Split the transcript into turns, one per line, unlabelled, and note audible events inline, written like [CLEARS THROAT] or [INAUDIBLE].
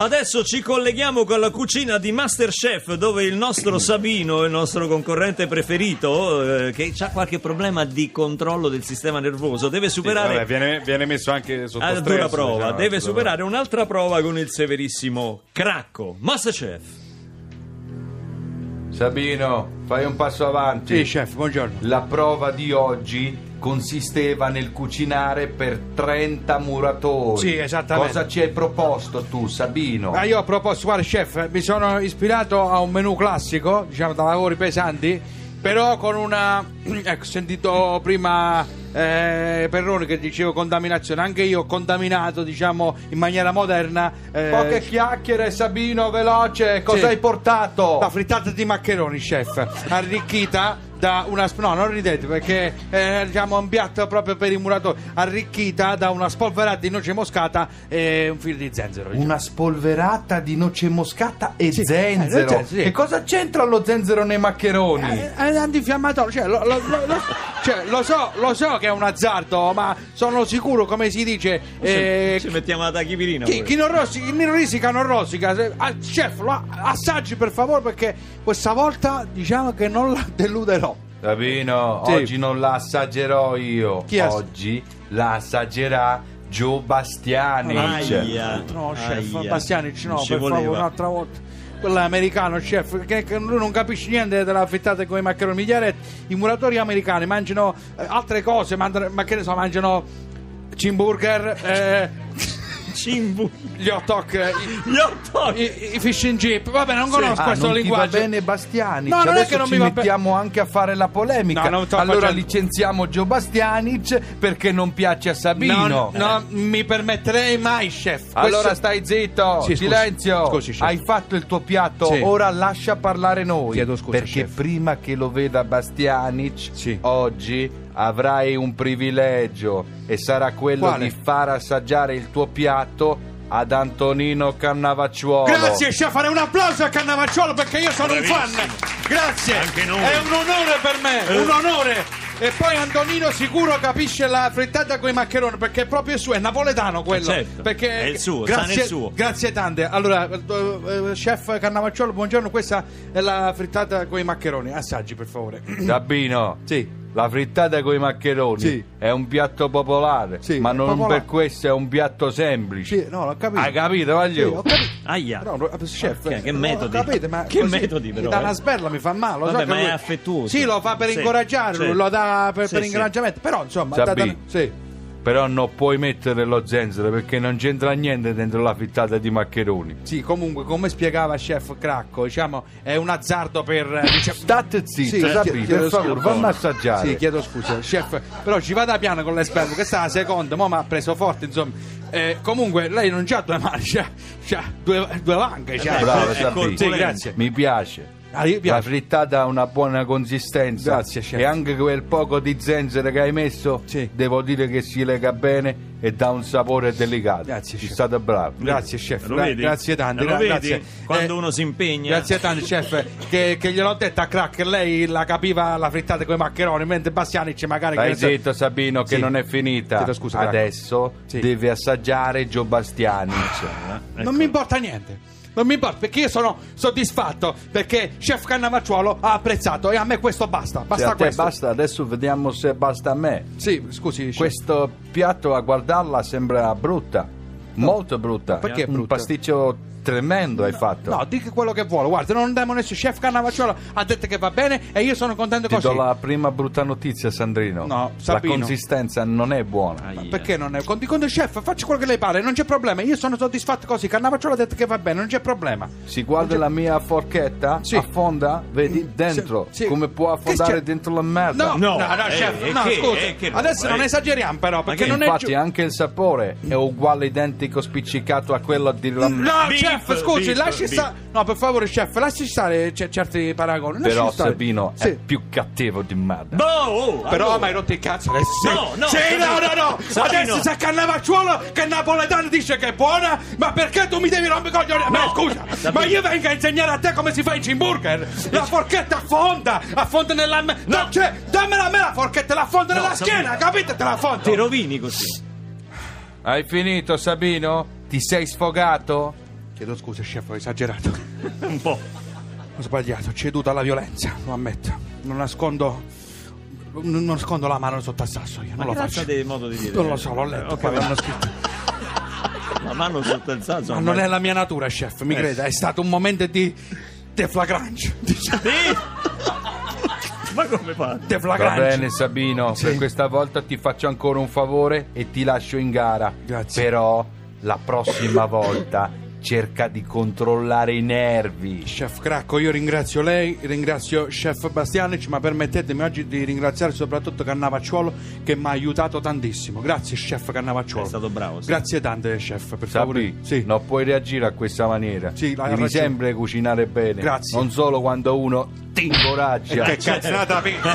Adesso ci colleghiamo con la cucina di Masterchef dove il nostro Sabino, il nostro concorrente preferito, eh, che ha qualche problema di controllo del sistema nervoso, deve
Vabbè,
superare...
viene, viene messo anche sotto
a
stress.
dura prova,
diciamo,
deve
dura
superare un'altra prova con il severissimo cracco. Masterchef.
Sabino, fai un passo avanti.
Sì, chef, buongiorno.
La prova di oggi consisteva nel cucinare per 30 muratori.
Sì, esattamente.
Cosa ci hai proposto tu, Sabino?
Ma io ho proposto, guarda, chef, mi sono ispirato a un menù classico, diciamo da lavori pesanti, però con una. [CLEARS THROAT] Ecco, ho sentito prima eh, Perroni che dicevo contaminazione, anche io ho contaminato, diciamo, in maniera moderna. eh,
Poche chiacchiere, Sabino, veloce. Cosa
Sì.
hai portato?
la frittata di maccheroni, chef, arricchita da una sp- no, non ridete perché è diciamo un piatto proprio per i muratori, arricchita da una spolverata di noce moscata e un filo di zenzero. diciamo.
Una spolverata di noce moscata e
Sì, eh,
zenzero.
cioè, sì.
E cosa c'entra lo zenzero nei maccheroni?
Eh, È antinfiammatorio, cioè, lo, lo- lo- lo- cioè, lo so, lo so che è un azzardo, ma sono sicuro, come si dice, eh,
ci mettiamo la tachipirina.
chi,
pure.
chi non rosica, chi non risica non rosica. Se- ah, chef, lo assaggi per favore perché questa volta diciamo che non la deluderò.
Sabino,
Sì.
oggi non la assaggerò io.
Chi ass-
oggi la assaggerà Joe Bastianic.
Aia,
No, chef,
aia.
Bastianic, no,
Non ci
per favore,
voleva.
un'altra volta. Quello è americano, chef, che, che lui non capisce niente della frittata con i maccheroni. Migliaretti, i muratori americani mangiano eh, altre cose, mandano- ma che ne so, mangiano cimburger, eh,
[LAUGHS] Cimbu.
gli hot dog, eh,
Gli hot dog.
i, i- i fish and chip. Vabbè, non conosco
Ah,
questo
non
linguaggio.
ti va bene Bastianic.
No, non è
Adesso
che non
ci
mi va bene.
mettiamo anche a fare la polemica.
No, non sto
allora
facendo-
licenziamo Joe Bastianic perché non piace a Sabino. Eh.
No, no, mi permetterei mai, chef.
Allora
Questo-
stai zitto,
Sì, scusi.
silenzio.
Scusi, chef.
Hai fatto il tuo piatto,
Sì.
ora lascia parlare noi.
Chiedo scusa,
perché
chef.
prima che lo veda Bastianic,
Sì.
oggi avrai un privilegio e sarà quello
Quale?
di far assaggiare il tuo piatto ad Antonino Cannavacciuolo.
Grazie, chef, farei un applauso a Cannavacciolo perché io sono un fan. Grazie.
Anche noi. Eh.
È un onore per me, un onore. E poi Antonino sicuro capisce la frittata con i maccheroni perché è proprio suo, è napoletano quello.
Eh, certo.
Perché
È il suo,
grazie,
sta nel suo.
Grazie tante. Allora, eh, eh, chef Cannavacciolo, buongiorno, questa è la frittata con i maccheroni. Assaggi per favore. [CLEARS THROAT]
Sabino,
Sì.
la frittata con i maccheroni
Sì.
è un piatto popolare,
Sì,
ma non
popolare.
per questo è un piatto semplice.
Sì, no, l'ho capito.
Hai capito, Vaglio?
Sì, ho capito.
Aia.
No, no, chef, eh,
Che- che
no,
metodi.
capite, ma
[LAUGHS] Che
così
metodi, però,
mi dà
eh.
una sberla, mi fa male. Lo
Vabbè,
so che
ma è
lui-
affettuoso.
Sì, lo fa per
Sì,
incoraggiare,
sì.
lo dà per,
Sì,
per
sì.
incoraggiamento. Però, insomma,
Sabì.
da- da- sì.
Però non puoi mettere lo zenzero perché non c'entra niente dentro la frittata di maccheroni.
Sì, comunque, come spiegava chef Cracco, diciamo, è un azzardo per. eh, diciamo-
State
Sì,
zitto,
eh,
Sabino,
chiedo
per
scusa.
favore, fammi assaggiare.
Sì, chiedo scusa, chef, però ci vada piano con l'esperto, questa è la seconda, mo' mi ha preso forte, insomma. Eh, comunque, lei non c'ha due mani, c'ha, c'ha due, due vanche, c'ha.
Eh,
Bravo,
è
Sabino.
Ecco, sì, grazie.
Mi piace.
Ah, io
La
piace.
frittata ha una buona consistenza
Grazie, chef.
e anche quel poco di zenzero che hai messo,
Sì.
devo dire che si lega bene e dà un sapore delicato.
Grazie,
Sei
chef.
stato bravo.
Grazie chef,
Lo
Gra-
vedi?
Eh,
Eh,
grazie tanti,
Lo
gra-
vedi?
grazie.
Quando
Eh,
uno si impegna.
Grazie tanti chef, che, che gliel'ho detto a Crack, che lei la capiva la frittata con i maccheroni, mentre Bastianic magari...
Stai
che ne so-
zitto Sabino che
Sì.
non è finita.
Chiedo scusa, Cracco.
Adesso
Sì. Ah,
devi assaggiare Gio Bastianic.
Eh.
Non
Ecco.
mi importa niente. Non mi importa perché io sono soddisfatto perché Chef Cannavacciuolo ha apprezzato e a me questo basta.
Se a
Basta
te
questo.
basta, adesso vediamo se basta a me.
Sì, scusi. chef.
Questo piatto a guardarla sembra brutta, molto brutta.
Perché è
Un
brutta?
pasticcio tremendo hai fatto.
No, dica quello che vuole. Guarda, non andiamo nessuno. Chef Cannavacciuolo ha detto che va bene e io sono contento
Ti
così.
do la prima brutta notizia, Sandrino.
No,
la
Sabino.
consistenza non è buona.
Aia.
Ma perché non è? Conti conto, chef, faccia quello che lei pare, non c'è problema. Io sono soddisfatto così. Cannavacciuolo ha detto che va bene, non c'è problema.
Si guarda la mia forchetta,
Sì.
affonda, vedi, dentro.
sì.
Come può
Che c'è?
affondare dentro la merda.
No,
No,
no, no,
eh,
chef,
eh,
no,
che-
scusa.
eh, che roba,
Adesso non
eh.
esagriamo però perché
che- eh,
non è
Infatti
giu-
anche il sapore è uguale, identico, spiccicato a quello di la
No,
Beef,
chef, scusi,
beef,
lasci
beef.
stare. No, per favore, chef, lasci stare c- certi paragoni. lasci
Però
stare.
Sabino
Sì.
è
eh,
più cattivo di merda.
Boh, oh,
Però
allora.
mi hai rotto il cazzo adesso. Sì.
No, no,
Sì, no,
Sabino.
no, no.
Sabino.
Adesso sa Cannavacciuolo che il napoletano dice che è buona. Ma perché tu mi devi rompere i coglioni? Ma
No.
scusa,
Sabino.
ma io vengo a insegnare a te come si fa il cimburger. La forchetta affonda, affonda nella. No. cioè, dammela a me la forchetta, la affonda
No,
nella
Sabino.
schiena, capite? Te la affondo.
Ti
[LAUGHS]
rovini così.
Hai finito, Sabino? Ti sei sfogato?
Chiedo scusa, chef, ho esagerato.
Un po'.
Ho sbagliato, ho ceduto alla violenza, lo ammetto. Non nascondo. Non nascondo la mano sotto al sasso, io
Ma
non lo
grazie
faccio.
a te, modo di dire. Eh,
Non lo so, l'ho letto,
Ok,
poi
va-
l'hanno scritto.
La mano sotto il sasso.
Ma Ah, non è la mia natura, chef, mi creda, è stato un momento di deflagrante.
Sì? Ma come fa?
Va
Deflagrante.
bene Sabino,
Sì.
per questa volta ti faccio ancora un favore e ti lascio in gara.
Grazie.
Però la prossima volta cerca di controllare i nervi.
Chef Cracco, io ringrazio lei, ringrazio Chef Bastianic, ma permettetemi oggi di ringraziare soprattutto Cannavacciuolo che mi ha aiutato tantissimo. Grazie Chef Cannavacciuolo.
È stato bravo, sì.
Grazie tante Chef, per favore.
Sapi,
Sì.
non puoi reagire a questa maniera.
Sì, hai
Devi
ragione.
sempre cucinare bene.
Grazie. Eh,
Non solo quando uno ti incoraggia.
Che cazzata!